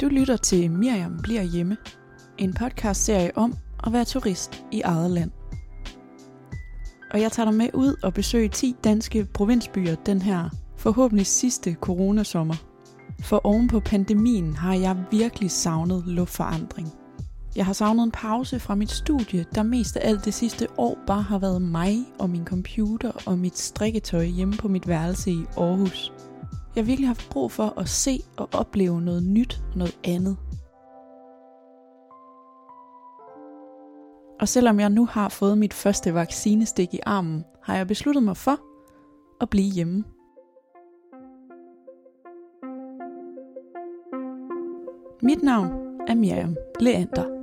Du lytter til Miriam bliver hjemme, en podcastserie om at være turist i eget land. Og jeg tager dig med ud og besøger 10 danske provinsbyer den her forhåbentlig sidste coronasommer. For oven på pandemien har jeg virkelig savnet luftforandring. Jeg har savnet en pause fra mit studie, der mest af alt det sidste år bare har været mig og min computer og mit strikketøj hjemme på mit værelse i Aarhus. Jeg har virkelig haft brug for at se og opleve noget nyt og noget andet. Og selvom jeg nu har fået mit første vaccinestik i armen, har jeg besluttet mig for at blive hjemme. Mit navn er Miriam Leander.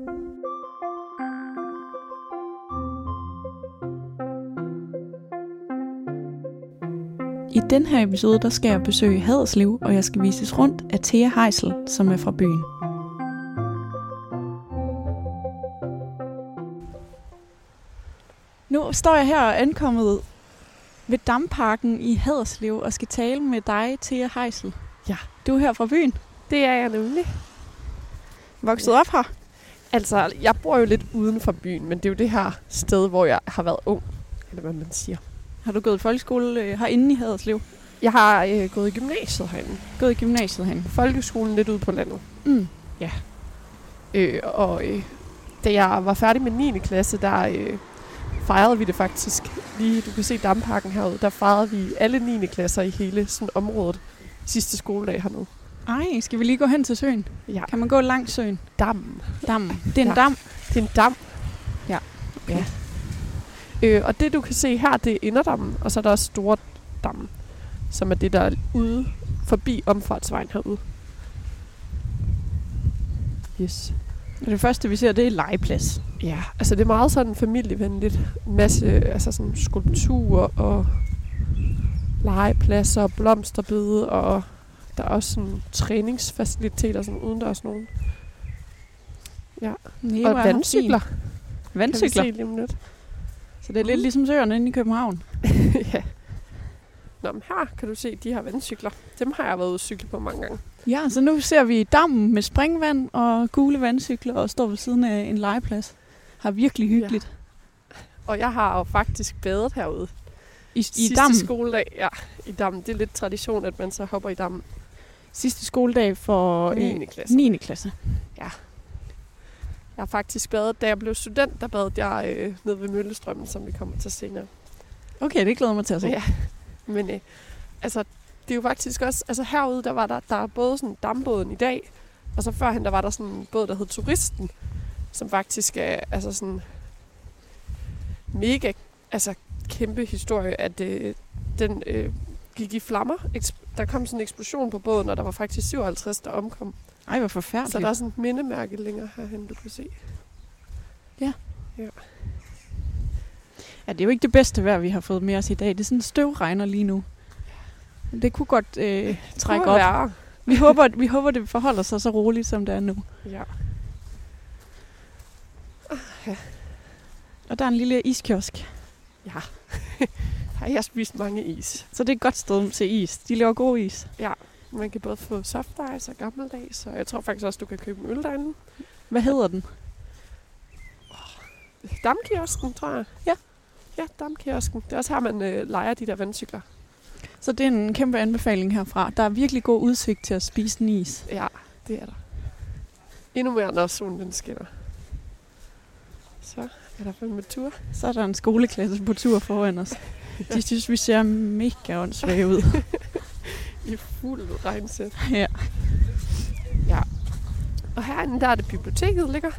I den her episode, der skal jeg besøge Haderslev, og jeg skal vises rundt af Thea Heisel, som er fra byen. Nu står jeg her og er ankommet ved Damparken i Haderslev og skal tale med dig, Thea Heisel. Ja. Du er her fra byen. Det er jeg nemlig. Vokset op her. Altså, jeg bor jo lidt uden for byen, men det er jo det her sted, hvor jeg har været ung, eller hvad man siger. Har du gået i folkeskole øh, herinde i Haderslev? Jeg har øh, gået i gymnasiet herinde. Gået i gymnasiet herinde? Folkeskolen lidt ude på landet. Mm. Øh, og øh, da jeg var færdig med 9. klasse, der øh, fejrede vi det faktisk. Lige, du kan se Damparken herude. Der fejrede vi alle 9. klasser i hele sådan, området sidste skoledag hernede. Ej, skal vi lige gå hen til søen? Ja, Kan man gå langs søen? dammen. Dammen. Det er en Ja. dam. Det er en dam. Ja. ja. Øh, og det du kan se her, det er Inderdammen, og så er der også Stordammen, som er det, der er ude forbi omfartsvejen herude. Yes. Og det første, vi ser, det er legeplads. Ja, altså det er meget sådan familievenligt. En masse altså sådan skulpturer og legepladser og blomsterbede, og der er også sådan træningsfaciliteter sådan udendørs nogen. Nej, og vandcykler, kan vi Vandcykler. se lige om lidt. Så det er lidt ligesom søerne inde i København. ja. Nå, men her kan du se de her vandcykler. Dem har jeg været ude at cykle på mange gange. Ja, så nu ser vi dammen med springvand og gule vandcykler og står ved siden af en legeplads. Har virkelig hyggeligt. Ja. Og jeg har jo faktisk badet herude. I, i Sidste dammen. skoledag, ja. I dammen. Det er lidt tradition, at man så hopper i dammen. sidste skoledag for Og 9. øh, klasse. 9. klasse. Jeg har faktisk badet, da jeg blev student, der badede jeg øh, nede ved Møllestrømmen, som vi kommer til senere. Okay, det glæder jeg mig til at se. Ja. Men øh, altså, det er jo faktisk også... Altså herude, der var der, der er både sådan dambåden i dag, og så førhen, der var der sådan en båd, der hed Turisten, som faktisk er altså sådan mega altså, kæmpe historie, at øh, den øh, gik i flammer. Eks- der kom sådan en eksplosion på båden, og der var faktisk 57, der omkom. Ej, hvor Så forfærdeligt. der er sådan et mindemærke længere herhen, du kan se. Ja, det er jo ikke det bedste vejr, vi har fået med os i dag. Det er sådan støvregner lige nu. Men Det kunne godt øh, trække Kunne op. være. Vi håber, vi håber, det forholder sig så roligt, som det er nu. Ja. Og der er en lille iskiosk, Har jeg spist mange is? så det er et godt sted til is. De laver god is. Man kan både få soft ice og gammeldags, og jeg tror faktisk også, du kan købe en øl derinde. Hvad hedder den? Damkiosken, tror jeg. Ja. Ja, damkiosken. Det er også her, man øh, leger de der vandcykler. Så det er en kæmpe anbefaling herfra. Der er virkelig god udsigt til at spise en is. Ja, det er der. Endnu mere, når solen den skinner. Så er der fandme tur. Så er der en skoleklasse på tur foran os. De synes, vi ser mega åndssvage ud. I fuld regnsæt. Ja. Ja. Og herinde, der er det biblioteket ligger.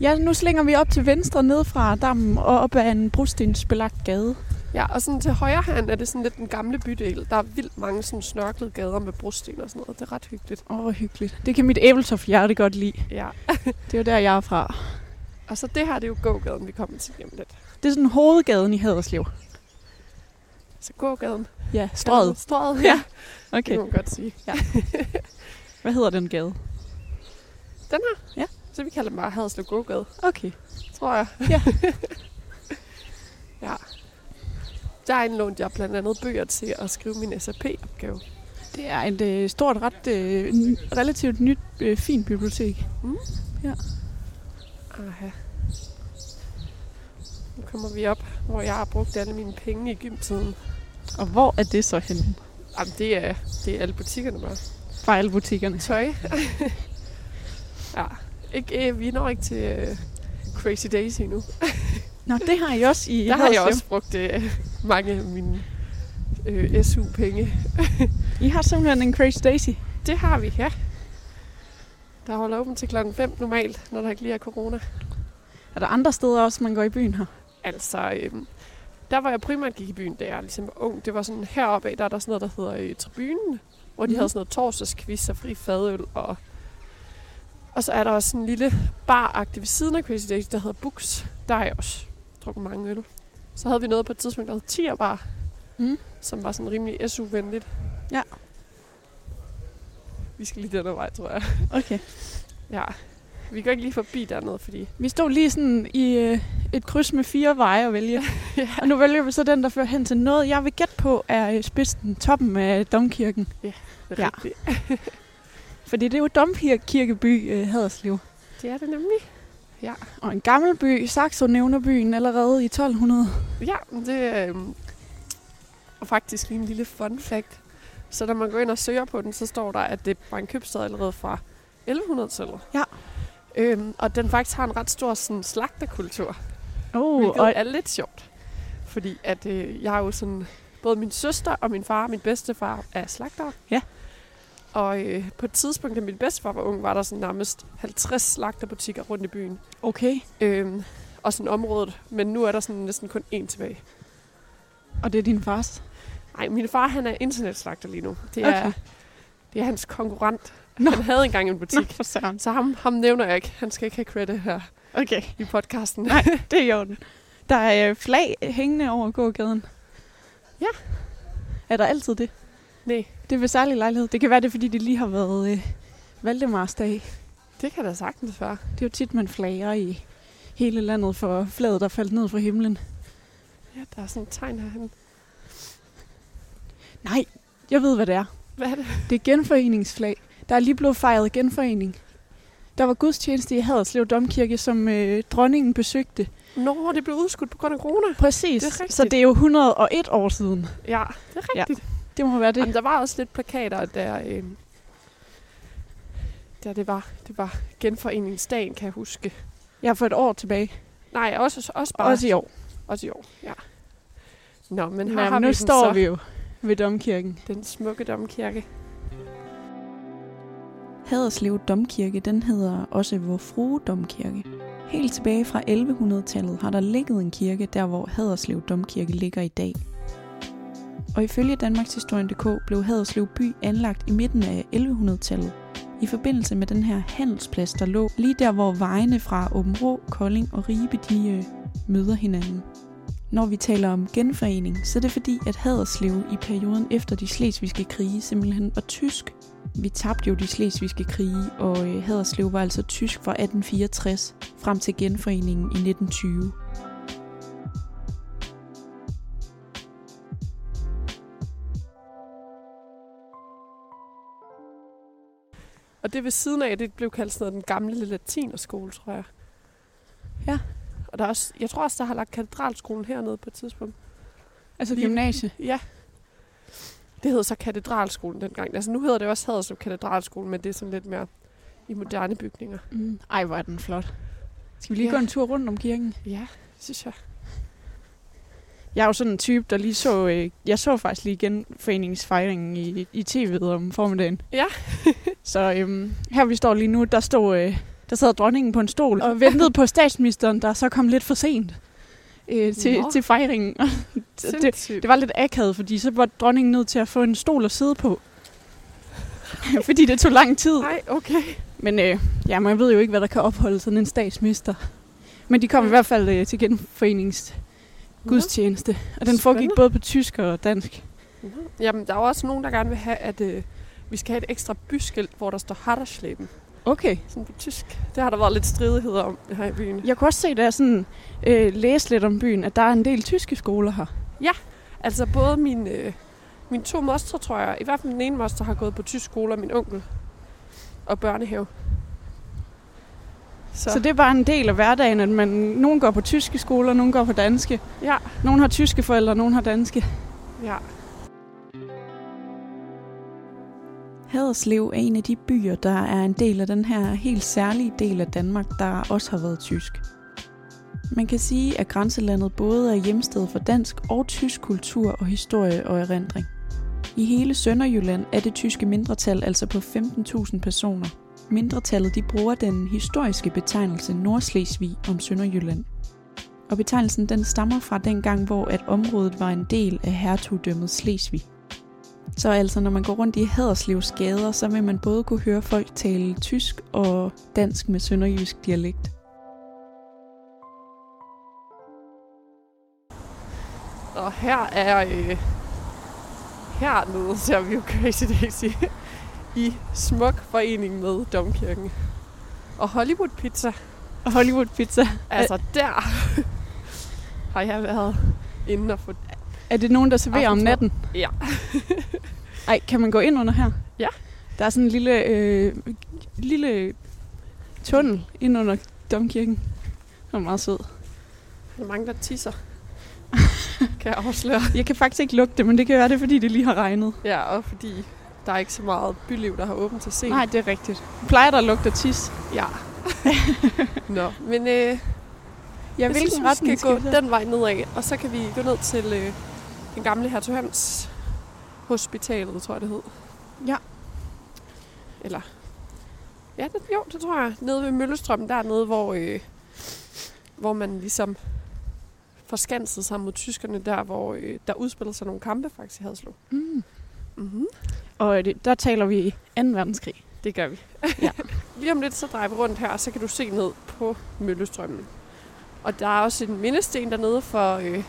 ja, nu slinger vi op til venstre ned fra dammen og op ad en brostensbelagt gade. Ja, og sådan til højre herinde er det sådan lidt den gamle bydel. Der er vildt mange sådan snørklede gader med brosten og sådan noget. Det er ret hyggeligt. Åh, hvor hyggeligt. Det kan mit æbletoft hjerte godt lide. Ja. Det er jo der, jeg er fra. Og så det her, det er jo gågaden, vi kommer til hjem lidt. Det er sådan hovedgaden i Haderslev. Så gågaden. Ja, strøget. Strøget, ja. Det Okay, kan man godt sige. hvad hedder den gade? Så vi kalder den bare Haderslev Gågade, Okay. tror jeg. Ja. ja. Der indlånte jeg blandt andet bøger til at skrive min SAP-opgave. Det er et øh, stort, ret, øh, n- relativt nyt, øh, fint bibliotek. Aha. Nu kommer vi op, hvor jeg har brugt alle mine penge i gymtiden. Og hvor er det så henne? Jamen, det er, det er alle butikkerne bare. Fra alle butikkerne. Tøj. ja. Ikke, øh, vi når ikke til øh, Crazy Days endnu. Nå, det har I også i Der har jeg Haderslev. også brugt øh, mange af mine øh, SU-penge. I har simpelthen en Crazy Daisy. Det har vi, ja. Der holder åbent til klokken 5 normalt, når der ikke lige er corona. Er der andre steder også, man går i byen her? Altså, øhm, der hvor jeg primært gik i byen, da jeg ligesom var ung, det var sådan heroppe af, der er der sådan noget, der hedder øh, Tribunen, hvor de Mhm. mm. havde sådan noget torsdagsquiz og fri fadøl, og, og så er der også sådan en lille bar ved siden af Crazy Days, der hedder Books. Der har jeg også drukket mange øl. Så havde vi noget på et tidspunkt, der hed Tierbar, Mhm. mm. som var sådan rimelig SU-venligt. Ja. Vi skal lige den her vej, tror jeg. Okay. Ja. Vi går ikke lige forbi dernede, fordi... Vi stod lige sådan i øh, et kryds med fire veje at vælge. Ja. Og nu vælger vi så den, der fører hen til noget, jeg vil gætte på, er øh, spidsen, toppen af domkirken. Det er Ja. rigtigt. Fordi det er jo domkirkeby, øh, Haderslev. Det er det nemlig. Og en gammel by, Saxo nævner byen allerede i 1200. Ja, men det er øhm, og faktisk lige en lille fun fact. Så når man går ind og søger på den, så står der, at det var en købstad allerede fra 1100-tallet. Ja. Øhm, og den faktisk har en ret stor sådan, slagterkultur, Oh, hvilket og er lidt sjovt. Fordi at, øh, jeg er jo sådan, både min søster og min far og min bedstefar er slagtere. Ja. Og øh, på et tidspunkt, da min bedstefar var ung, var der sådan nærmest 50 slagterbutikker rundt i byen. okay. Øhm, og sådan området, men nu er der sådan næsten kun én tilbage. Og det er din fars. Nej, min far han er internetslagter lige nu. Det er, Okay. okay. det er hans konkurrent. Nå. Nå. Han havde engang en butik. Nå. for søren. Så ham, ham nævner jeg ikke. Han skal ikke have credit her Okay, i podcasten. Nej. det er i orden. Der er øh, flag hængende over gågaden. Ja. Er der altid det? Nej, Det er ved særlig lejlighed. Det kan være, det er, fordi det lige har været øh, Valdemarsdag. det kan da sagtens være. Det er jo tit, man flager i hele landet for flaget, der faldt ned fra himlen. Ja, der er sådan et tegn herhen. Nej, jeg ved, hvad det er. Hvad er det? Det er genforeningsflag. Der er lige blevet fejret genforening. Der var gudstjeneste i Haderslev Domkirke, som øh, dronningen besøgte. Nå, det blev udskudt på grund af corona. Præcis, Det er rigtigt. så det er jo 101 år siden. Ja, det er Ja, rigtigt. Ja, Det må være det... Jamen, det. der var også lidt plakater, der, øh, der det, var, det var genforeningsdagen, kan jeg huske. Jeg har fået et år tilbage. Nej, også, også bare Også i år. også i år. Ja. Nå, men her Nå, har nu vi den står så. vi jo ved domkirken. Den smukke domkirke. Haderslev Domkirke, den hedder også Vor Frue Domkirke. Helt tilbage fra 1100-tallet har der ligget en kirke, der hvor Haderslev Domkirke ligger i dag. Og ifølge Danmarkshistorien.dk blev Haderslev by anlagt i midten af 1100-tallet i forbindelse med den her handelsplads, der lå lige der, hvor vejene fra Åben Rå, Kolding og Ribe de øh, møder hinanden. Når vi taler om genforening, så er det fordi, at Haderslev i perioden efter de slesvigske krige simpelthen var tysk, vi tabte jo de slesvigske krige, og øh, Haderslev var altså tysk fra 1864 frem til genforeningen i 1920. Og det ved siden af, det blev kaldt sådan noget, den gamle latinerskole, tror jeg. Ja. Og der er også, jeg tror også, der har lagt katedralskolen hernede på et tidspunkt. Altså Lige- gymnasie? Ja. Det hed så katedralskolen dengang. Altså nu hedder det også Haderslev Katedralskolen, men det er sådan lidt mere i moderne bygninger. Mm. Ej, hvor er den flot. Skal vi lige Ja. gå en tur rundt om kirken? Ja, synes jeg. Jeg er jo sådan en type, der lige så... Øh, jeg så faktisk lige genforeningsfejringen i, i tv'et om formiddagen. Ja. så øhm, her vi står lige nu, der stod... Øh, der sad dronningen på en stol og ventede på statsministeren, der så kom lidt for sent øh, til, Nå. til fejringen. Og det, Sindssygt. Det var lidt akavet, fordi så var dronningen nødt til at få en stol at sidde på. fordi det tog lang tid. Nej, okay. Men øh, ja, man ved jo ikke, hvad der kan opholde sådan en statsminister. Men de kom i hvert fald øh, til genforeningens gudstjeneste. Og den foregik Spændende. både på tysk og dansk. Nå. Nå. Jamen, der er jo også nogen, der gerne vil have, at øh, vi skal have et ekstra byskilt, hvor der står Hadersleben. Okay. Sådan på tysk. Det har der været lidt stridigheder om her i byen. Jeg kunne også se, da jeg sådan, øh, læste lidt om byen, at der er en del tyske skoler her. Altså både min, øh, Mine to moster, tror jeg, i hvert fald den ene moster har gået på tysk skole, og min onkel. Og børnehave. Så. så det er bare en del af hverdagen, at man, nogen går på tyske skoler, nogen går på danske. Ja. Nogen har tyske forældre, nogen har danske. Ja. Haderslev er en af de byer, der er en del af den her helt særlige del af Danmark, der også har været tysk. Man kan sige, at grænselandet både er hjemsted for dansk og tysk kultur og historie og erindring. I hele Sønderjylland er det tyske mindretal altså på 15.000 personer. Mindretallet de bruger den historiske betegnelse Nordslesvig om Sønderjylland. Og betegnelsen den stammer fra dengang, hvor at området var en del af hertugdømmet Slesvig. Så altså, når man går rundt i Haderslevs gader, så vil man både kunne høre folk tale tysk og dansk med sønderjysk dialekt. Og her er... Øh, hernede ser vi jo Crazy Daisy i smuk forening med Domkirken. Og Hollywood Pizza. Og Hollywood Pizza. Altså der har jeg været inde og få... Er det nogen, der serverer om Aftensmad. natten? Ja. Ej, kan man gå ind under her? Ja. Der er sådan en lille, øh, lille tunnel ind under domkirken. Den er meget sød. Der er mange, der tisser. kan jeg afsløre. Jeg kan faktisk ikke lugte det, men det kan være det, fordi det lige har regnet. Ja, og fordi der er ikke så meget byliv, der har åbent til sent. Nej, det er rigtigt. Plejer der at lugte af tis? Ja. Nå, men øh, Ja, jeg synes, vi skal, gå den vej nedad, og så kan vi gå ned til øh, den gamle Hertug Hans Hospitalet, tror jeg det hed. Ja. Eller, ja, det, jo, det tror jeg. Nede ved Møllestrøm, dernede, hvor, øh, hvor man ligesom forskansede sig mod tyskerne, der hvor øh, der udspillede sig nogle kampe faktisk i Hadslo. Mm. Mm-hmm. Og det, der taler vi 2. verdenskrig. Det gør vi. Ja. Lige om lidt, så drejer vi rundt her, og så kan du se ned på Møllestrømmen. Og der er også en mindesten dernede for... Øh,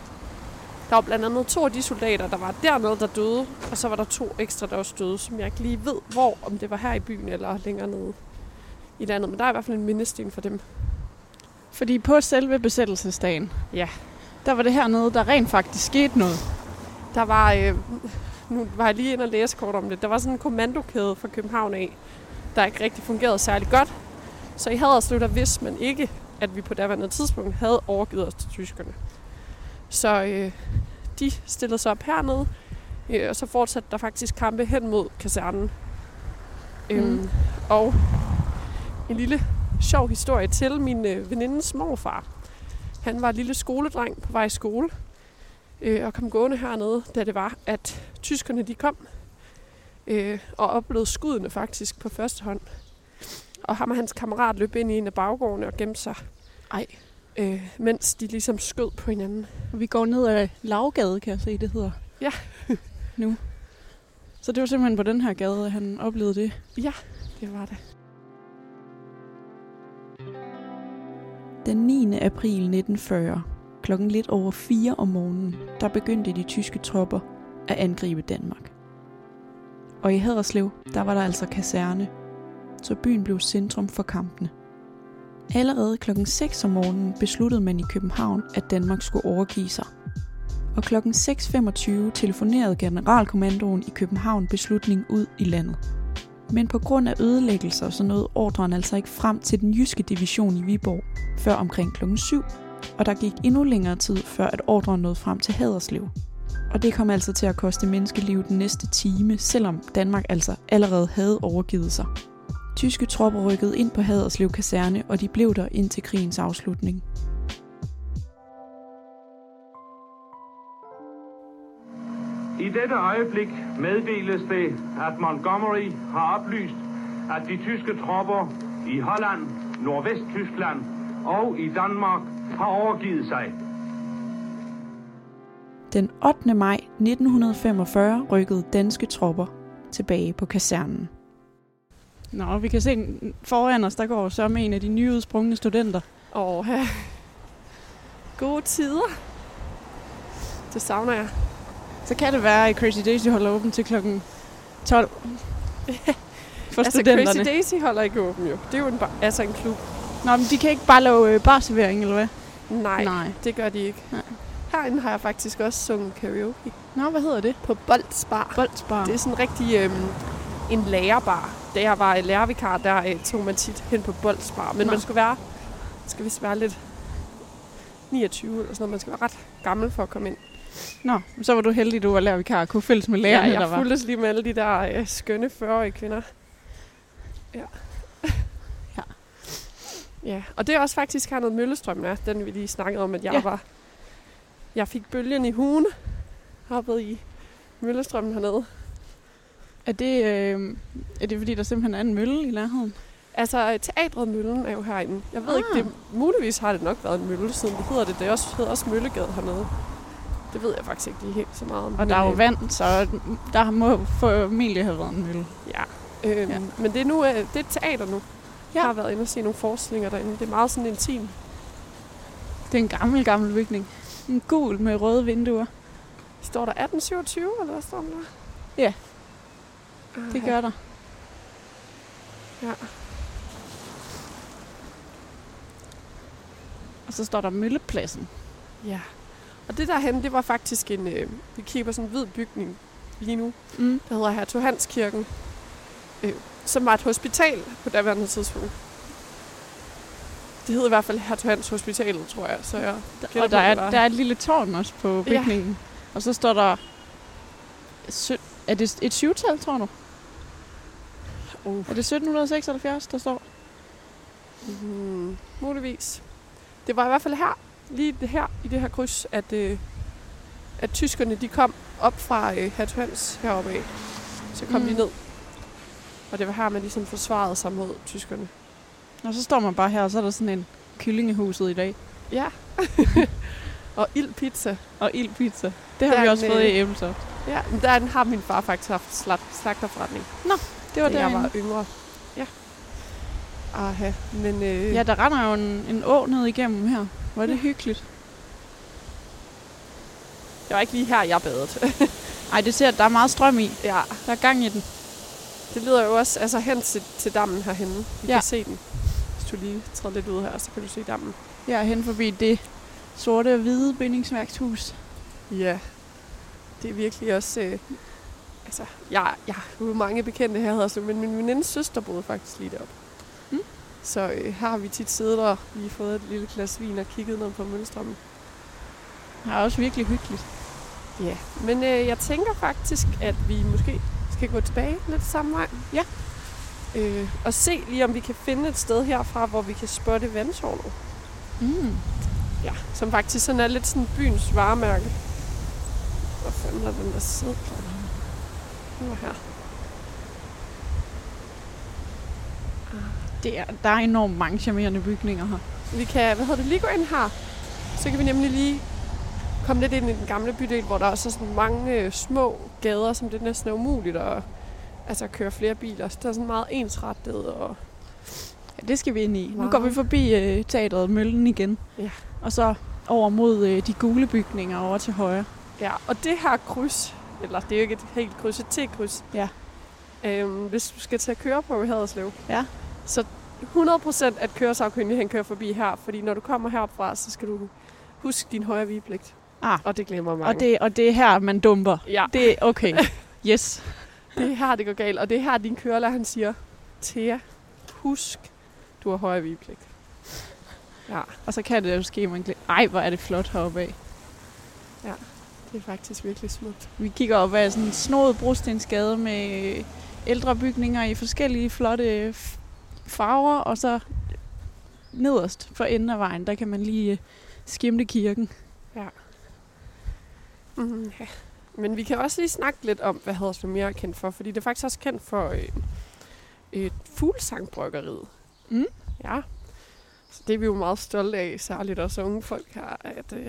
der var blandt andet to af de soldater, der var dernede, der døde. Og så var der to ekstra, der også døde, som jeg ikke lige ved, hvor. Om det var her i byen eller længere nede i landet. Men der er i hvert fald en mindesten for dem. Fordi på selve besættelsesdagen, Ja. der var det hernede, der rent faktisk skete noget. Der var... Øh, nu var jeg lige inde og læse kort om det. Der var sådan en kommandokæde fra København af, der ikke rigtig fungerede særlig godt. Så i Haderslev, der vidste man ikke, at vi på daværende tidspunkt havde overgivet os til tyskerne. Så øh, de stillede sig op hernede, øh, og så fortsatte der faktisk kampe hen mod kasernen. Øhm, Mm. Og en lille sjov historie til min øh, venindes morfar. Han var en lille skoledreng på vej i skole, øh, og kom gående hernede, da det var, at tyskerne de kom, øh, og oplevede skuddene faktisk på første hånd. Og ham og hans kammerat løb ind i en af baggårdene og gemte sig, Ej. øh, mens de ligesom skød på hinanden. Og vi går ned ad Lavgade, kan jeg se, det hedder. Ja. nu. Så det var simpelthen på den her gade, at han oplevede det. Det var det. Den 9. april 1940, klokken lidt over 4 om morgenen, der begyndte de tyske tropper at angribe Danmark. Og i Haderslev, der var der altså kaserne, så byen blev centrum for kampene. Allerede klokken 6 om morgenen besluttede man i København, at Danmark skulle overgive sig. Og klokken 6.25 telefonerede generalkommandoen i København beslutningen ud i landet. Men på grund af ødelæggelser så nåede ordren altså ikke frem til den jyske division i Viborg, før omkring klokken 7, og der gik endnu længere tid, før at ordren nåede frem til Haderslev. Og det kom altså til at koste menneskeliv den næste time, selvom Danmark altså allerede havde overgivet sig. Tyske tropper rykkede ind på Haderslev kaserne, og de blev der indtil krigens afslutning. I dette øjeblik meddeles det, at Montgomery har oplyst, at de tyske tropper i Holland, Nordvesttyskland og i Danmark har overgivet sig. Den 8. maj 1945 rykkede danske tropper tilbage på kasernen. Nå, vi kan se foran os, der går så med en af de nyudsprungne studenter. Og gode tider. Det savner jeg. Så kan det være, at Crazy Daisy holder åben til klokken 12. For altså altså, studenterne. Crazy Daisy holder ikke åben jo. Det er jo en bar, altså en klub. Nå, men de kan ikke bare lave øh, barservering, eller hvad? Nej, Nej. det gør de ikke. Nej. Her derinde har jeg faktisk også sunget karaoke Nå, hvad hedder det? på Bolts Bar. Boldsbar. Det er sådan rigtig øhm, en lærerbar. Da jeg var lærervikar, der øh, tog man tit hen på Bolts Bar. Men Nå. Nå. man skulle være, skal vist være lidt 29 eller sådan noget. Man skal være ret gammel for at komme ind. Nå, men så var du heldig, du var lærervikar og kunne følges med lærerne, ja, der jeg var. fulgtes lige med alle de der øh, skønne 40-årige kvinder. Ja. Ja. Ja, og det er også faktisk her noget Møllestrøm er, den vi lige snakkede om, at jeg Ja. ja. var... Jeg fik bølgen i hugen, hoppede i Møllestrømmen hernede. Er det, øh, er det fordi, der simpelthen er en mølle i nærheden? Altså, øh, teatret Møllen er jo herinde. Jeg ved ah. ikke, Ah. det, muligvis har det nok været en mølle, siden det hedder det. Det er også, hedder også Møllegade hernede. Det ved jeg faktisk ikke lige helt så meget om. Og men, der er jo øh, vand, så der må formentlig have været en mølle. Ja. Øhm, Ja. ja. Men det er, nu, øh, det er et teater nu. Ja. Jeg har været inde og se nogle forestillinger derinde. Det er meget sådan intim. Det er en gammel, gammel bygning. En gul med røde vinduer. Står der 1827, eller hvad står der? Ja. Det Det gør gør der. Ja. Og så står der Møllepladsen. Ja. Og det derhen, det var faktisk en... Øh, vi kigger på sådan en hvid bygning lige nu, Mm. der hedder Hertog Hanskirken, øh, som var et hospital på daværende tidspunkt. Det hed i hvert fald Hertog Hans Hospital, tror jeg. Så jeg Gætter Og der på, er, hvad der er. der er et lille tårn også på Ja. bygningen. Ja. Og så står der... Sø- er det et syvtal, tror du? Uh. Er det 1776, der står? Hmm, muligvis. Det var i hvert fald her, lige det her, i det her kryds, at, øh, at tyskerne de kom op fra øh, Hattuhans heroppe af. Så kom mm. Mm. de ned. Og det var her, man ligesom forsvarede sig mod tyskerne. Og så står man bare her, og så er der sådan en kyllingehuset i dag. Ja. og ildpizza. Og ildpizza. Det har Der vi er også en, fået øh, i Æblesoft. Ja, men der har min far faktisk haft slagt, slagterforretning, Det var da jeg derinde. var yngre. Ja. Aha, men øh, Ja, ja. der render jo en, en å ned igennem her. Hvor er det hyggeligt. det var ikke lige her, jeg badede. Ej, det ser, der er meget strøm i. ja. Der er gang i den. Det leder jo også altså hen til, til dammen herhenne. Vi Ja. ja. kan se den. Hvis du lige træder lidt ud her, så kan du se dammen. Jeg er hen forbi det sorte og hvide bindingsværkshus. Ja. Det er virkelig også... Øh, altså, jeg, jeg har jo mange bekendte her, i Haderslev, men min venindes søster boede faktisk lige deroppe. Mm. Så øh, her har vi tit siddet og lige fået et lille glas vin og kigget ned på mølstrømmen. Det er også virkelig hyggeligt. Ja. Men øh, jeg tænker faktisk, at vi måske skal gå tilbage lidt samme vej. Ja. Øh, og se lige, om vi kan finde et sted herfra, hvor vi kan spotte vandtårnet. Mm. Ja, som faktisk sådan er lidt sådan byens varemærke. Hvor fanden er den der sædeplade? Den var her. Det er, der er enormt mange charmerende bygninger her. Vi kan, hvad hedder det, lige gå ind her. Så kan vi nemlig lige komme lidt ind i den gamle bydel, hvor der også er sådan mange øh, små gader, som det næsten er umuligt at altså, at køre flere biler. Så der er sådan meget ensrettet. Og, Ja, det skal vi ind i. Wow. Nu Wow. går vi forbi øh, teatret Møllen igen. Ja. Og så over mod øh, de gule bygninger over til højre. ja, og det her kryds, eller det er jo ikke et helt kryds, et T-kryds. Ja. Øhm, hvis du skal til at køre på Haderslev, Ja. så 100% at køresagkyndig, han kører forbi her. Fordi når du kommer herfra, så skal du huske din højre vigepligt. Ah. Og det glemmer man. Og det, og det er her, man dumper. ja, Det er okay. Yes. det er her, det går galt. Og det er her, din kørelærer, han siger, Thea, husk, du har højre vigepligt. Ja, Og så kan det jo ske, man glemmer. Ej, hvor er det flot heroppe af. det er faktisk virkelig smukt. Vi kigger op ad sådan en snoet brostensgade med øh, ældre bygninger i forskellige flotte øh, f- farver, og så nederst for enden af vejen, der kan man lige øh, skimte kirken. Mm, ja. Men vi kan også lige snakke lidt om, hvad Haderslev mere er kendt for. Fordi det er faktisk også kendt for øh, øh, fuglesangbryggeriet. Mm. Ja. Så det er vi jo meget stolte af, særligt også unge folk her, at, øh,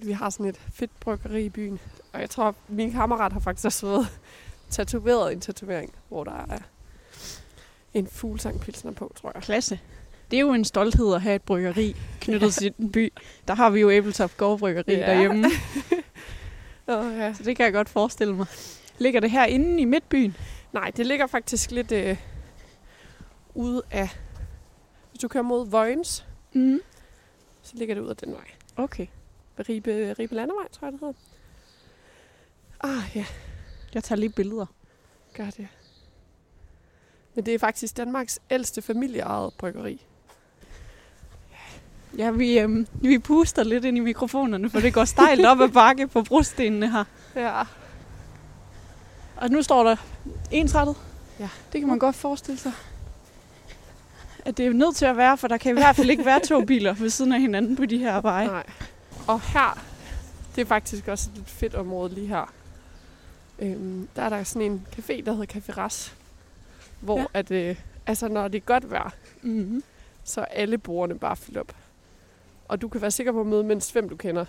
at vi har sådan et fedt bryggeri i byen. Og jeg tror, min kammerat har faktisk også været tatoveret en tatovering, hvor der er en fuglesangpilsner på, tror jeg. Klasse. Det er jo en stolthed at have et bryggeri knyttet ja. til en by. Der har vi jo Æbletop Gårdbryggeri ja. Ja. derhjemme, Oh, ja. så det kan jeg godt forestille mig. Ligger det herinde i midtbyen? Nej, det ligger faktisk lidt øh, ude af... Hvis du kører mod Vojens, Mm. så ligger det ud af den vej. Okay. Ribe, Ribe Landevej, tror jeg, det hedder. Ah, ja. Jeg tager lige billeder. Gør det. Men det er faktisk Danmarks ældste familieejet bryggeri. Ja, vi, øhm, vi puster lidt ind i mikrofonerne, for det går stejlt op ad bakke på brostenene her. Ja. Og nu står der ensrettet. Ja. Det kan man godt forestille sig. At det er nødt til at være, for der kan i hvert fald ikke være to biler ved siden af hinanden på de her veje. Nej. Og her, det er faktisk også et lidt fedt område lige her. Øhm, der er der sådan en café, der hedder Café Ras, hvor Ja. ja. at, øh, altså når det er godt vejr, Mm-hmm. så er alle bordene bare fyldt op. Og du kan være sikker på at møde mindst fem, du kender.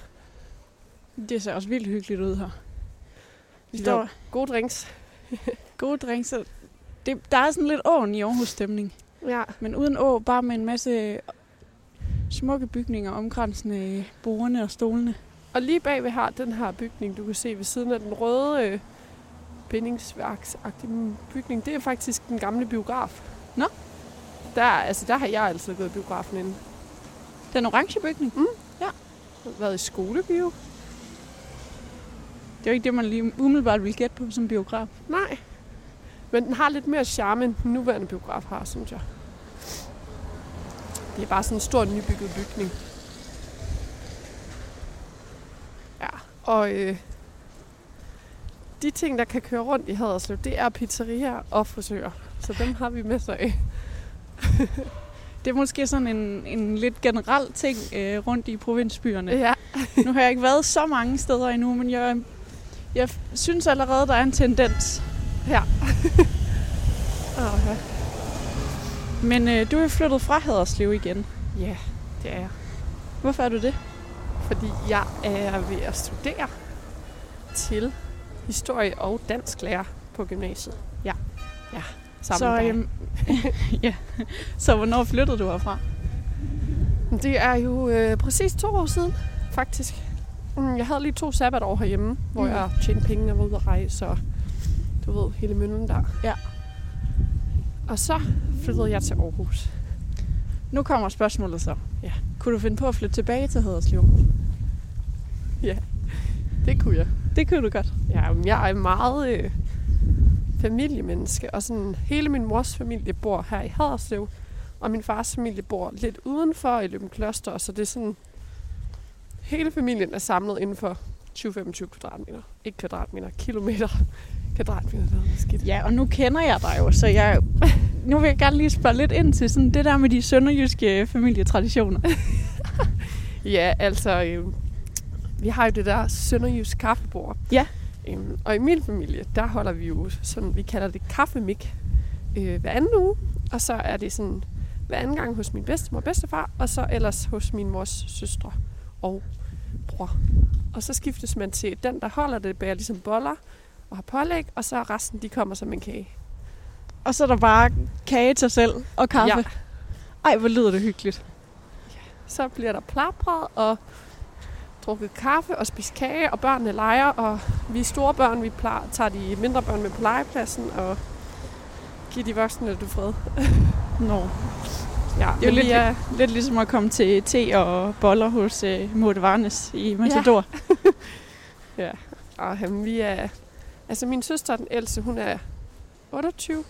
Det ser også vildt hyggeligt ud her. Vi står De står gode drinks. gode drinks. og Det, der er sådan lidt åen i Aarhus stemning. Ja, Men uden å, bare med en masse smukke bygninger omkransende bordene og stolene. Og lige bagved har den her bygning, du kan se ved siden af den røde øh, bindingsværksagtige bygning, det er faktisk den gamle biograf. Nå. Der, altså, der har jeg altid gået i biografen inden. Den orange bygning. Mm. Jeg har været i skolebio. Det er jo ikke det, man lige umiddelbart ville gætte på som biograf. Nej. Men den har lidt mere charme, end den nuværende biograf har, synes jeg. Det er bare sådan en stor nybygget bygning. Ja, og øh, de ting, der kan køre rundt i Haderslev, det er pizzerier og frisører. Så dem har vi med sig af. Det er måske sådan en, en lidt generel ting øh, rundt i provinsbyerne. Ja, Nu har jeg ikke været så mange steder endnu, men jeg, jeg synes allerede, der er en tendens. oh, ja. Men øh, du er jo flyttet fra Haderslev igen. ja, det er jeg. Hvorfor er du det? Fordi jeg er ved at studere til historie og dansk lærer på gymnasiet. Ja, ja. Sammen med dig. øhm, ja. så hvornår flyttede du herfra? Det er jo øh, præcis to år siden, faktisk. Mm, Jeg havde lige to sabbatår herhjemme, hvor Mm. jeg tjente penge og var ude at rejse, og du ved, hele møllen der. Ja. Og så flyttede jeg til Aarhus. Nu kommer spørgsmålet så. Ja. Kunne du finde på at flytte tilbage til Haderslev? Det kunne jeg. Det kunne du godt. Ja, men jeg er meget øh, familiemenneske, og sådan hele min mors familie bor her i Haderslev, og min fars familie bor lidt udenfor i Løben Kloster, så det er sådan, hele familien er samlet inden for 20-25 kvadratmeter. Ikke kvadratmeter, kilometer. Kvadratmeter, det er skidt. Ja, og nu kender jeg dig jo, så jeg... Nu vil jeg gerne lige spørge lidt ind til sådan det der med de sønderjyske familietraditioner. Ja, altså, øh, vi har jo det der sønderjysk kaffebord. Ja. Øhm, og i min familie, der holder vi jo, sådan, vi kalder det kaffemik, øh, hver anden uge. Og så er det sådan, hver anden gang hos min bedstemor og bedstefar, og så ellers hos min mors søstre og bror. Og så skiftes man til den, der holder det, bærer ligesom boller og har pålæg, og så resten, de kommer som en kage. Og så er der bare kage til sig selv og kaffe. Ja. Ej, hvor lyder det hyggeligt. Så bliver der plapret og drukket kaffe og spist kage, og børnene leger, og vi er store børn, vi plejer, tager de mindre børn med på legepladsen, og giver de voksne lidt fred. Nå. Det er Ja, jo men lidt, vi er, lidt ligesom at komme til te og boller hos uh, Morte Varnes i Matador. Ja. og, jamen, vi er, altså min søster, den ældste, hun er 28,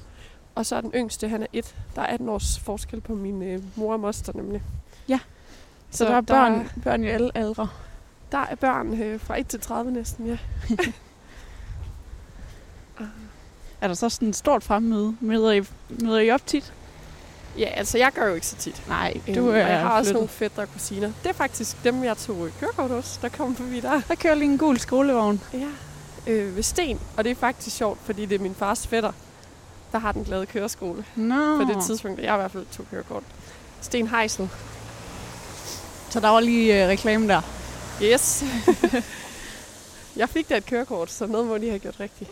og så er den yngste, han er 1. Der er 18 års forskel på min øh, mor og moster nemlig. Ja. Så, så der er børn, der... børn i alle aldre. Der er børn øh, fra 1 til 30 næsten, ja. Er der så sådan et stort fremmøde? Møder I, møder I op tit? Ja, altså jeg gør jo ikke så tit. Nej, Du, øh, jeg har også nogle fætter og kusiner. Det er faktisk dem, jeg tog øh, kørekort hos, der kom forbi der. Der kører lige en gul skolevogn. Ja. Øh, ved Sten, og det er faktisk sjovt, fordi det er min fars fætter, der har den glade køreskole. Nå. Oh. På det tidspunkt, da jeg i hvert fald tog kørekort. Sten Heisel. Så der var lige øh, reklame der. Yes. jeg fik da et kørekort, så noget må de have gjort rigtigt.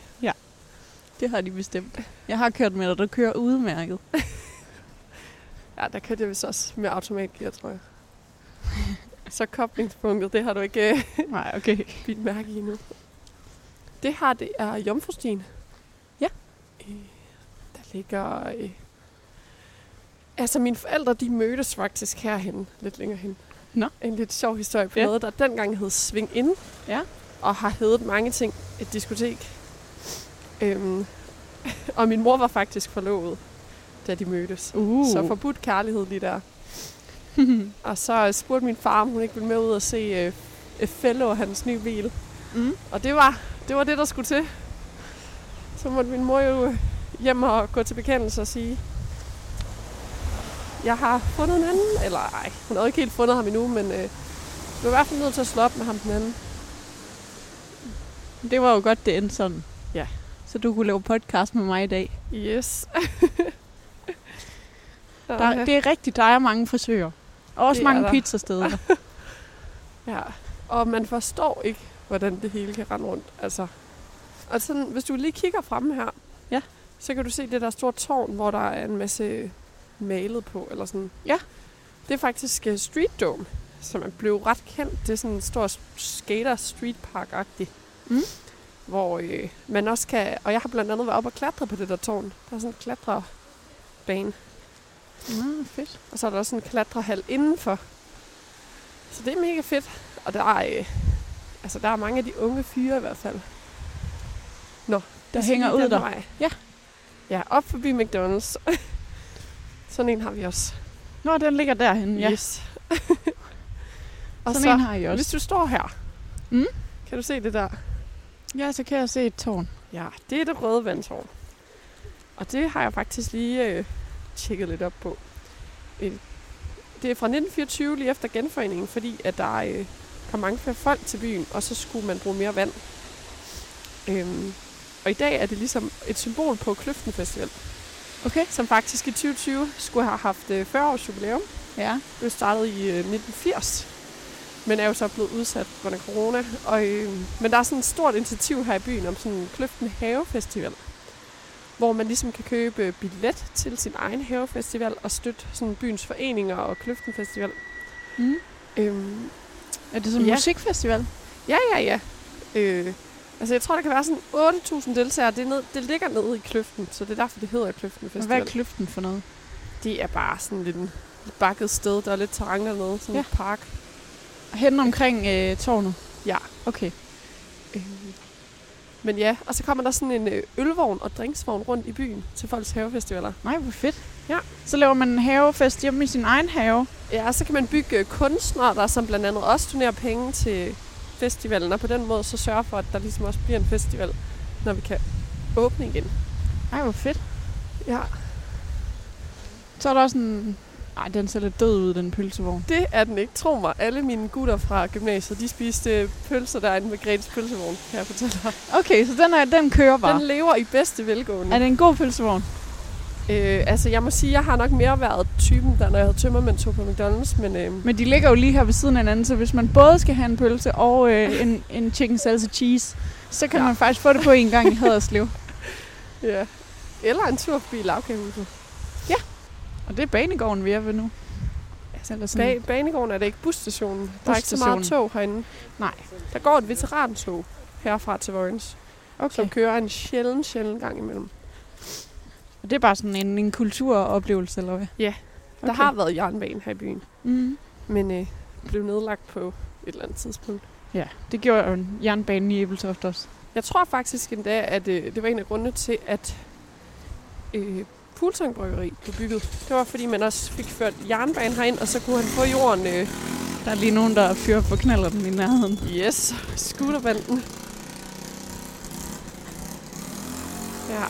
Det har de bestemt. Jeg har kørt med dig, der kører udmærket. Ja, der kørte jeg vist også med automatgear, tror jeg. så koblingspunktet, det har du ikke øh, Nej, okay. bidt mærke i nu. Det her, det er Jomfrustien. Ja. Øh, der ligger... Øh... Altså, mine forældre, de mødtes faktisk herhen, lidt længere hen. Nå. En lidt sjov historie på Ja. ja. noget, der dengang hed Sving In. Ja. Og har heddet mange ting et diskotek. Øhm, og min mor var faktisk forlovet, da de mødtes. Uh. Så forbudt kærlighed lige der. og så øh, spurgte min far, om hun ikke ville med ud og se øh, Fellow, hans nye bil. mm. Og det var, det var det, der skulle til. Så måtte min mor jo øh, hjem og gå til bekendelse og sige, jeg har fundet en anden. Eller ej, hun havde ikke helt fundet ham endnu, men øh, du er i hvert fald nødt til at slå op med ham den anden. Det var jo godt, det endte sådan. Ja. Så du kunne lave podcast med mig i dag. Yes. Der, det er rigtigt, der er mange frisører. Og også Det er mange der. pizzasteder. Ja, og man forstår ikke, hvordan det hele kan rende rundt. Altså. Og sådan, hvis du lige kigger frem her, Ja. så kan du se det der store tårn, hvor der er en masse malet på. Eller sådan. Ja. Det er faktisk øh, Street Dome, som er blevet ret kendt. Det er sådan en stor s- skater street park Mm. Hvor øh, man også kan... Og jeg har blandt andet været op og klatre på det der tårn. Der er sådan en klatrebane. mm, fedt. Og så er der også en klatrehal indenfor. Så det er mega fedt. Og der er, øh, altså, der er mange af de unge fyre i hvert fald. Der Så hænger lige ud den der. vej. Ja. Ja, op forbi McDonald's. Sådan en har vi også. Nå, den ligger derhen. Ja. Yes. Og Sådan så, en har jeg også. hvis du står her, Mm. kan du se det der? Ja, så kan jeg se et tårn. Ja, det er det røde vandtårn. Og det har jeg faktisk lige øh, tjekket lidt op på. Øh, det er fra 1924 lige efter genforeningen, fordi at der øh, kom mange flere folk til byen, og så skulle man bruge mere vand. Øhm, og i dag er det ligesom et symbol på Kløften Festival, Okay. som faktisk i 2020 skulle have haft øh, 40 års jubilæum. Ja. Det blev startet i øh, 1980, men er jo så blevet udsat på grund af corona. Og, øh, men der er sådan et stort initiativ her i byen om sådan en Kløften Havefestival, hvor man ligesom kan købe billet til sin egen havefestival og støtte sådan byens foreninger og Kløften Festival. Mm. Øhm, Er det som ja. Ja. musikfestival? ja, ja, ja. Øh, altså jeg tror, der kan være sådan 8.000 deltagere. Det, er ned, det ligger nede i Kløften, så det er derfor, det hedder Kløften Og Hvad Festival. er kløften for noget? det er bare sådan lidt en lidt bakket sted. Der er lidt terræn dernede, sådan Ja. ja. en park. Hen omkring øh, tårnet? Ja. Okay. Øh. Men ja, og så kommer der sådan en øh, ølvogn og drinksvogn rundt i byen til folks havefestivaler. Nej, hvor fedt. Ja. Så laver man en havefest hjemme i sin egen have. Ja, og så kan man bygge øh, kunstnere, der som blandt andet også donerer penge til festivalen, og på den måde så sørger for, at der ligesom også bliver en festival, når vi kan åbne igen. Nej, hvor fedt. Ja, Så er der også en... Ej, den ser lidt død ud, den pølsevogn. det er den ikke. Tro mig, alle mine gutter fra gymnasiet, de spiste øh, pølser derinde med Grens pølsevogn, kan jeg fortælle dig. Okay, så den, er, den kører bare. Den lever i bedste velgående. Er det en god pølsevogn? Øh, altså, jeg må sige, jeg har nok mere været typen, der når jeg havde tømmermænd tog på McDonald's, men... Øh, Men de ligger jo lige her ved siden af hinanden, så hvis man både skal have en pølse og øh, en, en chicken salsa cheese, så kan ja. man faktisk få det på en gang i Haderslev. Ja. Eller en tur forbi lavkagehuset. Og det er banegården, vi er ved nu. Altså, eller sådan. Bag, banegården er det ikke busstationen. Der er ikke så meget Busstationen. tog herinde. Nej. Der går et veterantog herfra til Vojens, okay. Okay. som kører en sjælden, sjælden gang imellem. Og det er bare sådan en, en kulturoplevelse, eller hvad? Ja. Okay. Der har været jernbane her i byen, Mm. men øh, blev nedlagt på et eller andet tidspunkt. Ja, det gjorde jo en jernbane i Æbeltoft også. Jeg tror faktisk endda, at øh, det var en af grundene til, at øh, Fuglsang Bryggeri blev bygget. Det var, fordi man også fik ført jernbanen herind, og så kunne han få jorden... Øh, Der er lige nogen, der fyrer på knaller den i nærheden. Yes, scooterbanden. Ja.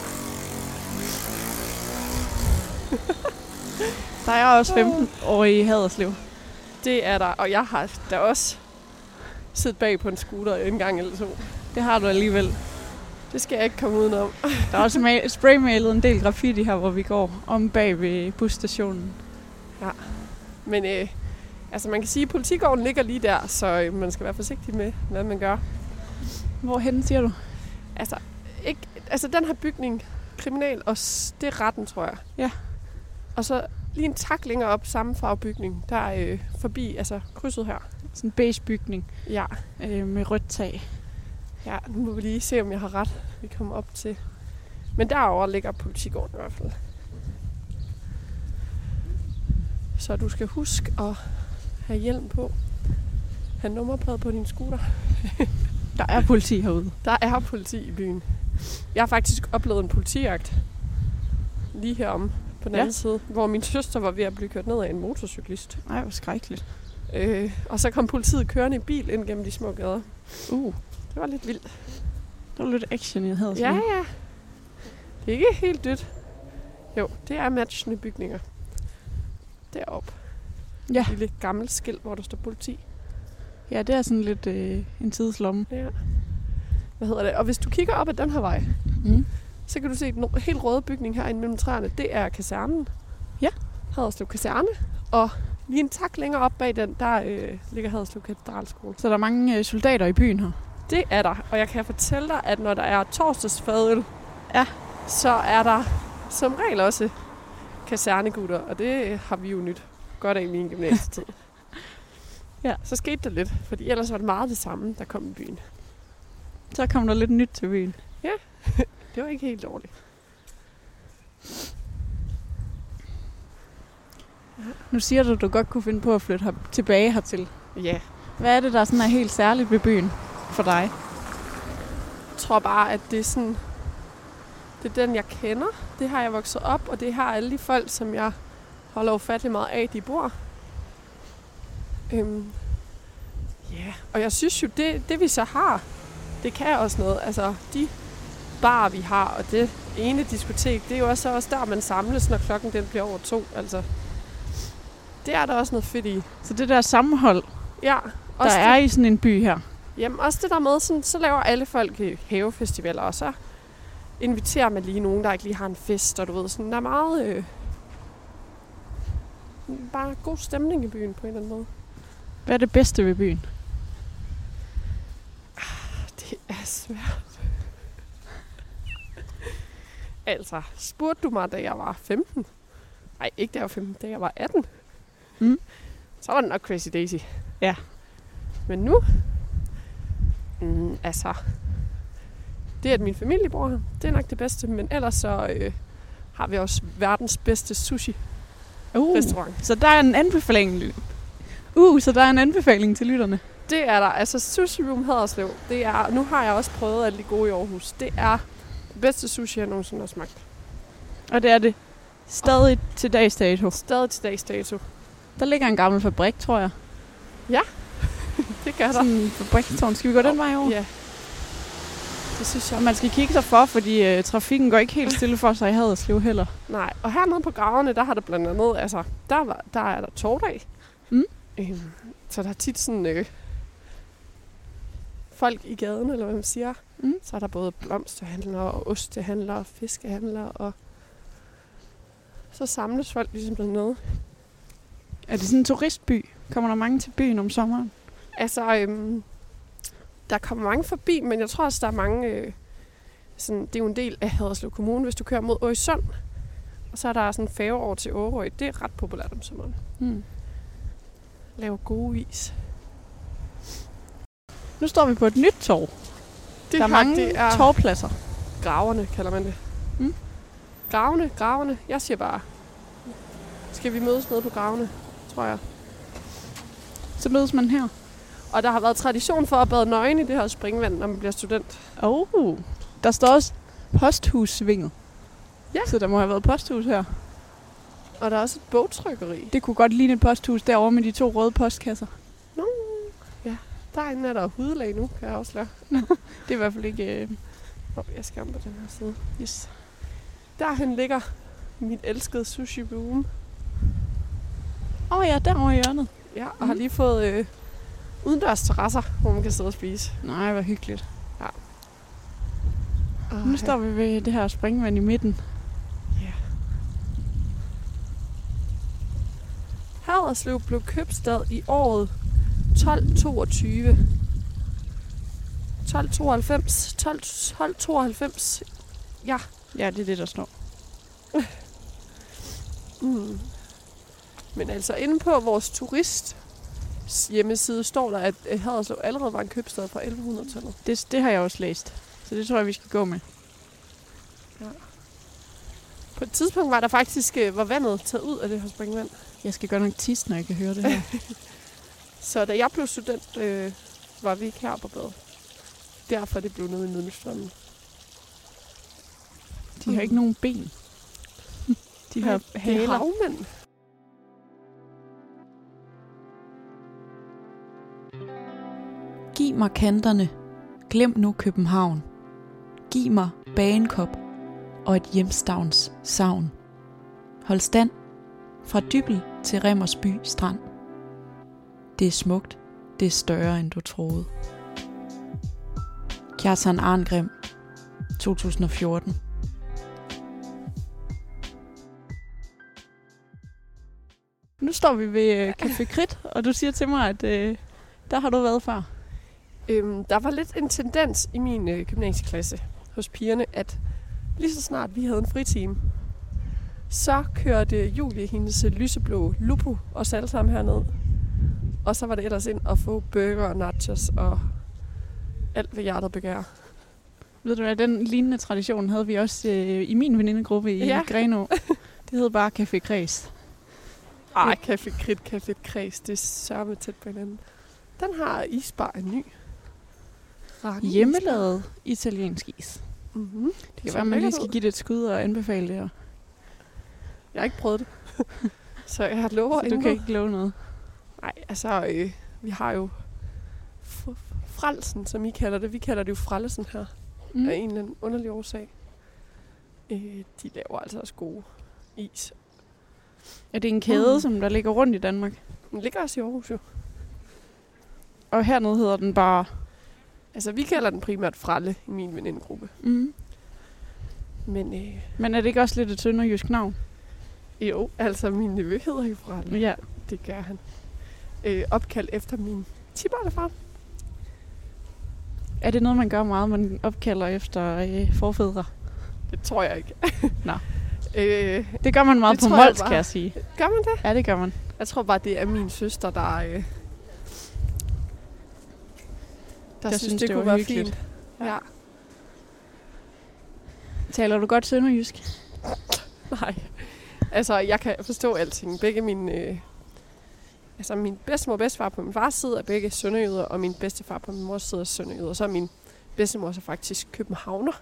Der er også 15 år i Haderslev. Det er der, og jeg har da også siddet bag på en scooter en gang eller to. Det har du alligevel. Det skal jeg ikke komme udenom. Der er også ma- spraymalet en del graffiti her, hvor vi går om bag ved busstationen. Men øh, altså man kan sige, at politigården ligger lige der, så øh, man skal være forsigtig med, hvad man gør. Hvorhen siger du? Altså, ikke, altså den her bygning, kriminal, og s- det er retten, tror jeg. Ja. Og så lige en tak længere op, samme farvebygning, der er øh, forbi, altså krydset her. Sådan en beige bygning Ja. øh, med rødt tag. Ja, nu må vi lige se, om jeg har ret, vi kommer op til. Men derover ligger politigården i hvert fald. Så du skal huske at have hjelm på. Have nummerplade på din scooter. Der er politi herude. Der er politi i byen. Jeg har faktisk oplevet en politijagt lige herom på den Ja. ja. anden side, hvor min søster var ved at blive kørt ned af en motorcyklist. Nej, hvor skrækkeligt. Øh, og så kom politiet kørende i bil ind gennem de små gader. Uh, Det var lidt vildt. der var lidt action, jeg havde. Ja, ja. Det er ikke helt dødt. Jo, det er matchende bygninger. Deroppe. Ja. Et lille gammelt skilt, hvor der står politi. ja, det er sådan lidt øh, en tidslomme. Ja. Hvad hedder det? Og hvis du kigger op ad den her vej, Mm. så kan du se den r- helt røde bygning herinde mellem træerne. Det er kasernen. Ja. Haderslev Kaserne. Og lige en tak længere op bag den, der øh, ligger Haderslev Katedralskole. Så der er mange øh, soldater i byen her. Det er der. Og jeg kan fortælle dig, at når der er torsdagsfadøl, Ja. så er der som regel også kasernegutter. Og det har vi jo nyt godt af i min gymnasietid. Ja. Så skete der lidt, fordi ellers var det meget det samme, der kom i byen. Så kom der lidt nyt til byen. Det var ikke helt dårligt. Nu siger du, at du godt kunne finde på at flytte her, tilbage hertil. Ja, Hvad er det, der sådan er helt særligt ved byen for dig? Jeg tror bare, at det er sådan... Det er den, jeg kender. Det har jeg vokset op, og det har alle de folk, som jeg holder ufattelig meget af, de bor. Øhm, yeah. Og jeg synes jo, det, det vi så har, det kan også noget. Altså, de bar, vi har, og det ene diskotek, det er jo også, også der, man samles, når klokken den bliver over to. Altså, det er der også noget fedt i. Så det der sammenhold, Ja, der også er i sådan en by her. Jamen også det der med, sådan, så laver alle folk øh, havefestivaler, og så inviterer man lige nogen, der ikke lige har en fest, og du ved, sådan, der er meget... Øh, bare god stemning i byen på en eller anden måde. Hvad er det bedste ved byen? Det er svært. altså, spurgte du mig, da jeg var 15? Nej, ikke da jeg var 15, da jeg var 18. Mm. Så var det nok Crazy Daisy. Ja. Men nu? Mm, altså, det at min familie bor her, det er nok det bedste. Men ellers så øh, har vi også verdens bedste sushi-restaurant. Uh, så der er en anbefaling. Uh, så der er en anbefaling til lytterne. Det er der. Altså Sushi Room Haderslev, det er, nu har jeg også prøvet alle de gode i Aarhus. Det er det bedste sushi, jeg nogensinde har smagt. Og det er det stadig til dags dato. Stadig til dags dato. Der ligger en gammel fabrik, tror jeg. Det gør der. Sådan en fabrikstårn. Skal vi gå den vej over? Ja. Det synes Og jeg. man skal kigge sig for, fordi øh, trafikken går ikke helt stille for sig i Haderslev heller. Nej, og hernede på graverne, der har der blandt andet, altså, der, var, der er der tordag. Mm. Øhm, så der er tit sådan, øh, folk i gaden, eller hvad man siger. Mm. Så er der både blomsterhandlere, og ostehandlere, og fiskehandlere, og så samles folk ligesom dernede. Er det sådan en turistby? Kommer der mange til byen om sommeren? Altså, øhm, der kommer mange forbi, men jeg tror også, der er mange... Øh, sådan, det er jo en del af Haderslev Kommune, hvis du kører mod Øresund. Og så er der sådan en færge over til Årø. Det er ret populært om sommeren. Hmm. Lave gode is. Nu står vi på et nyt torv. Det der er her, mange det er torvpladser. graverne, kalder man det. Mm. Gravene, gravene. Jeg siger bare, skal vi mødes nede på gravene, tror jeg. Så mødes man her. Og der har været tradition for at bade nøgen i det her springvand, når man bliver student. Oh. Der står også posthussvinget. Ja. Så der må have været posthus her. Og der er også et bogtrykkeri. Det kunne godt ligne et posthus derovre med de to røde postkasser. Nå, ja. Derinde er der hudlag nu, kan jeg afsløre. Det er i hvert fald ikke... Øh... Nå, jeg skal om på den her side. Yes. Derhen ligger mit elskede sushi boom. Åh oh, ja, derovre i hjørnet. Ja, og mm. har Mhm. lige fået øh, udendørs terrasser, hvor man kan sidde og spise. Nej, hvor hyggeligt. Og, Nu står vi ved det her springvand i midten. Haderslev blev købstad i året 1222. 1292. 12, 1292. Ja, det er det, der står. Mm. Men altså inde på vores turist hjemmeside står der, at øh, Haderslev allerede var en købstad fra 1100-tallet. Det, det har jeg også læst. Så det tror jeg, vi skal gå med. På et tidspunkt var der faktisk, øh, var vandet taget ud af det her springvand. Jeg skal godt nok tisse, når jeg kan høre det her. Så da jeg blev student, øh, var vi ikke her på bad. Derfor det blev nede i Middelstrømmen. De har ikke nogen ben. De har Det er haler. lavmænd. Giv mig kanterne. Glem nu København. Giv mig bagenkop og et hjemstavns savn. Hold stand fra Dybel til Remmersby Strand. Det er smukt. Det er større, end du troede. Kjartan Arngrim, 2014. Nu står vi ved øh, Café Krit, og du siger til mig, at øh, der har du været før. Øhm, der var lidt en tendens i min øh, gymnasieklasse hos pigerne, at lige så snart vi havde en fritime, så kørte Julie hendes øh, lyseblå lupo og salsam herned. Og så var det ellers ind at få burger og nachos og alt, hvad hjertet begærer. Ved du hvad, den lignende tradition havde vi også øh, i min venindegruppe i ja. Ja. Greno. Det hed bare Café Græs. Ej, Café Krit, Café Kreds, det er sørme tæt på hinanden. Den har isbar en ny. Rakken Hjemmelavet italiensk is. Mm-hmm. Det kan være, man lige skal give det et skud og anbefale det. Og, Jeg har ikke prøvet det. så jeg lover så du intet. kan ikke love noget. Nej, altså, øh, vi har jo fr- frelsen, som I kalder det. Vi kalder det jo frelsen her, mm. af en eller anden underlig årsag. Øh, de laver altså også gode is. Er det en kæde, Mm. som der ligger rundt i Danmark? Den ligger også i Aarhus jo. Og hernede hedder den bare... Altså, vi kalder den primært frelle i min venindegruppe. Mm. Men øh, Men er det ikke også lidt et sønderjysk navn? jo, altså, min nevø hedder jo frelle. Ja. Det gør han. Øh, opkald efter min tiboldefar. Er det noget, man gør meget, man opkalder efter øh, forfædre? Det tror jeg ikke. Nå. øh, Det gør man meget Det på tror jeg Mols, bare. kan jeg sige. gør man det? Ja, det gør man. Jeg tror bare, det er min søster, der... Øh, der, der synes, synes, det, det det kunne var være hyggeligt. fint. Ja. Taler du godt sønderjysk? Nej. Altså, jeg kan forstå alting. Begge mine... Øh, altså, min bedstemor og bedstefar på min fars side er begge sønderjyder, og min bedstefar på min mors side er sønderjyder. Så er min bedstemor så faktisk københavner.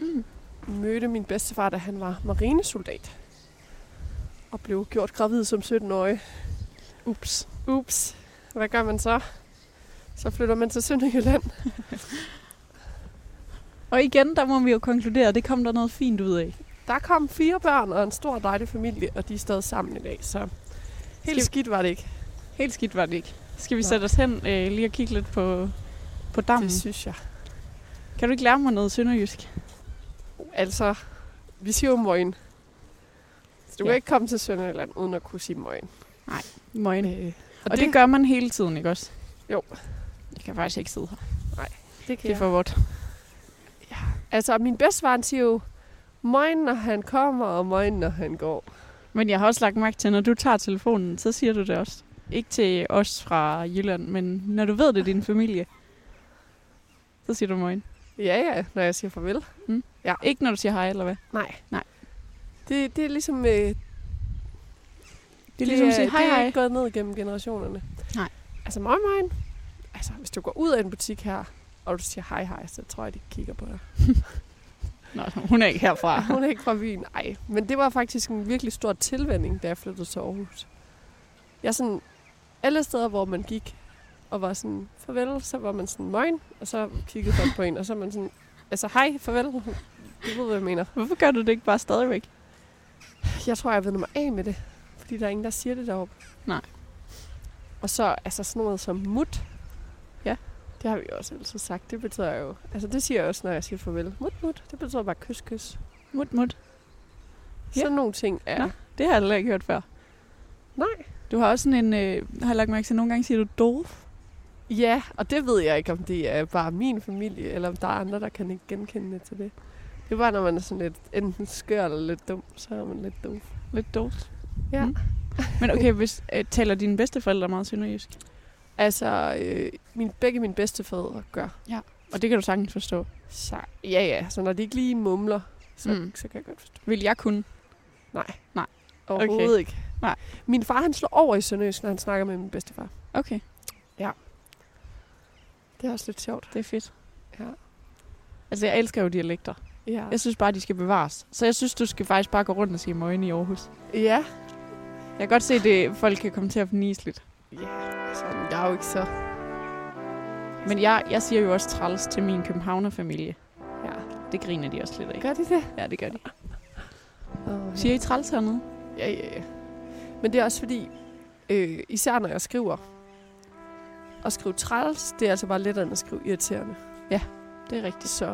Mm. Mødte min bedstefar, da han var marinesoldat. Og blev gjort gravid som 17-årig. Ups. Ups. Hvad gør man så? Så flytter man til Sønderjylland. Og igen, der må vi jo konkludere, at det kom der noget fint ud af. Der kom fire børn og en stor dejlig familie, og de er stadig sammen i dag, så Skal- helt skidt var det ikke. Helt skidt var det ikke. Skal vi Nej. sætte os hen øh, lige og kigge lidt på, på dammen? Det synes jeg. Kan du ikke lære mig noget sønderjysk? Altså, vi siger jo møgen. Så du ja. Ja. kan ikke komme til Sønderjylland uden at kunne sige møgen. Møgen. Og, Øh, og det... det gør man hele tiden, ikke også? Jo. Jeg kan faktisk ikke sidde her. det Det er for vort. Altså, min bedstefar han siger jo møgen, når han kommer, og møgen, når han går. Men jeg har også lagt mærke til, når du tager telefonen, så siger du det også. Ikke til os fra Jylland, men når du ved det er din familie, så siger du møgen. Ja, ja, når jeg siger farvel. Ikke når du siger hej, eller hvad? Nej. Nej. Det, det er ligesom... Øh, Det er ligesom at sige hej, Det er hej. ikke gået ned gennem generationerne. Nej. Altså, moin, moin. Altså, hvis du går ud af en butik her, og du siger hej, hej, så tror jeg, de kigger på dig. Nå, hun er ikke herfra. Hun er ikke fra byen, nej. Men det var faktisk en virkelig stor tilvænding, da jeg flyttede til Aarhus. Jeg er sådan, alle steder, hvor man gik og var sådan, farvel, så var man sådan, moin, og så kiggede folk på en, og så var man sådan, altså hej, farvel, du ved, hvad jeg mener. Hvorfor gør du det ikke bare stadigvæk? Jeg tror, jeg ved mig af med det, fordi der er ingen, der siger det deroppe. Nej. Og så altså sådan noget som mut. Ja. Det har vi jo også altid sagt. Det betyder jo... Altså det siger jeg også, når jeg siger farvel. Mut, mut. Det betyder bare kys, kys. Mut, mut. Ja. Ja. Sådan nogle ting er... Nå. Det har jeg heller ikke hørt før. Nej. Du har også sådan en, øh, har jeg lagt mærke til, at nogle gange siger du Dolf. Ja, og det ved jeg ikke, om det er bare min familie, eller om der er andre, der kan ikke genkende det til det. Det er bare, når man er sådan lidt enten skør eller lidt dum, så er man lidt dum. Lidt Dolf. Ja. Mm. Men okay, hvis, øh, taler dine bedsteforældre meget sønderjysk? Altså, øh, min, begge mine bedstefædre gør. Og det kan du sagtens forstå. Så, ja, ja, så når de ikke lige mumler, så, Mm. mm. så kan jeg godt forstå. Vil jeg kunne? Overhovedet okay. ikke. Nej. Min far, han slår over i Sønderjysk, når han snakker med min bedstefar. Okay. Det er også lidt sjovt. Det er fedt. Ja. Altså, jeg elsker jo dialekter. Ja. Jeg synes bare, de skal bevares. Så jeg synes, du skal faktisk bare gå rundt og sige møgen i Aarhus. Ja. Jeg kan godt se, at folk kan komme til at fnise lidt. Altså, jeg er jo ikke så... Men jeg, jeg siger jo også træls til min københavnerfamilie. Ja. Det griner de også lidt af. Gør de det? Ja, det gør de. Oh, Siger I træls hernede? Ja, ja, ja. Men det er også fordi, øh, især når jeg skriver, at skrive træls, det er altså bare lettere end at skrive irriterende. Det er rigtigt. Så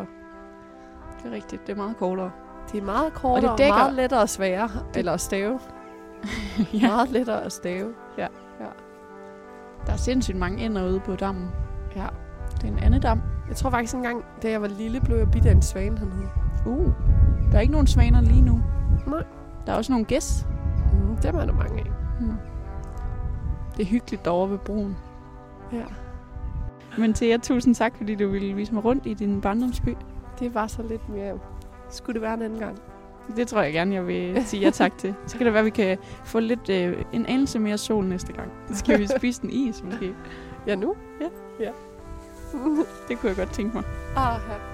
Det er rigtigt. Det er meget kortere. det er meget kortere og, det dækker- meget lettere at svære. Eller at stave. Ja. Meget lettere at stave. Der er sindssygt mange ender ude på dammen. Ja. Det er en anden dam. Jeg tror faktisk engang, da jeg var lille, blev jeg bidt af en svane hernede. Uh. Der er ikke nogen svaner lige nu. Nej. Der er også nogle gæs. Mm, dem er der mange af. Det er hyggeligt derovre ved broen. Ja. Men til jer, tusind tak, fordi du ville vise mig rundt i din barndomsby. Det var så lidt mere... Skulle det være en anden gang? Det tror jeg gerne, jeg vil sige ja tak til. Så kan det være, at vi kan få lidt øh, en anelse mere sol næste gang. Så skal vi spise en is måske. Ja, nu? Det kunne jeg godt tænke mig. Ah, her.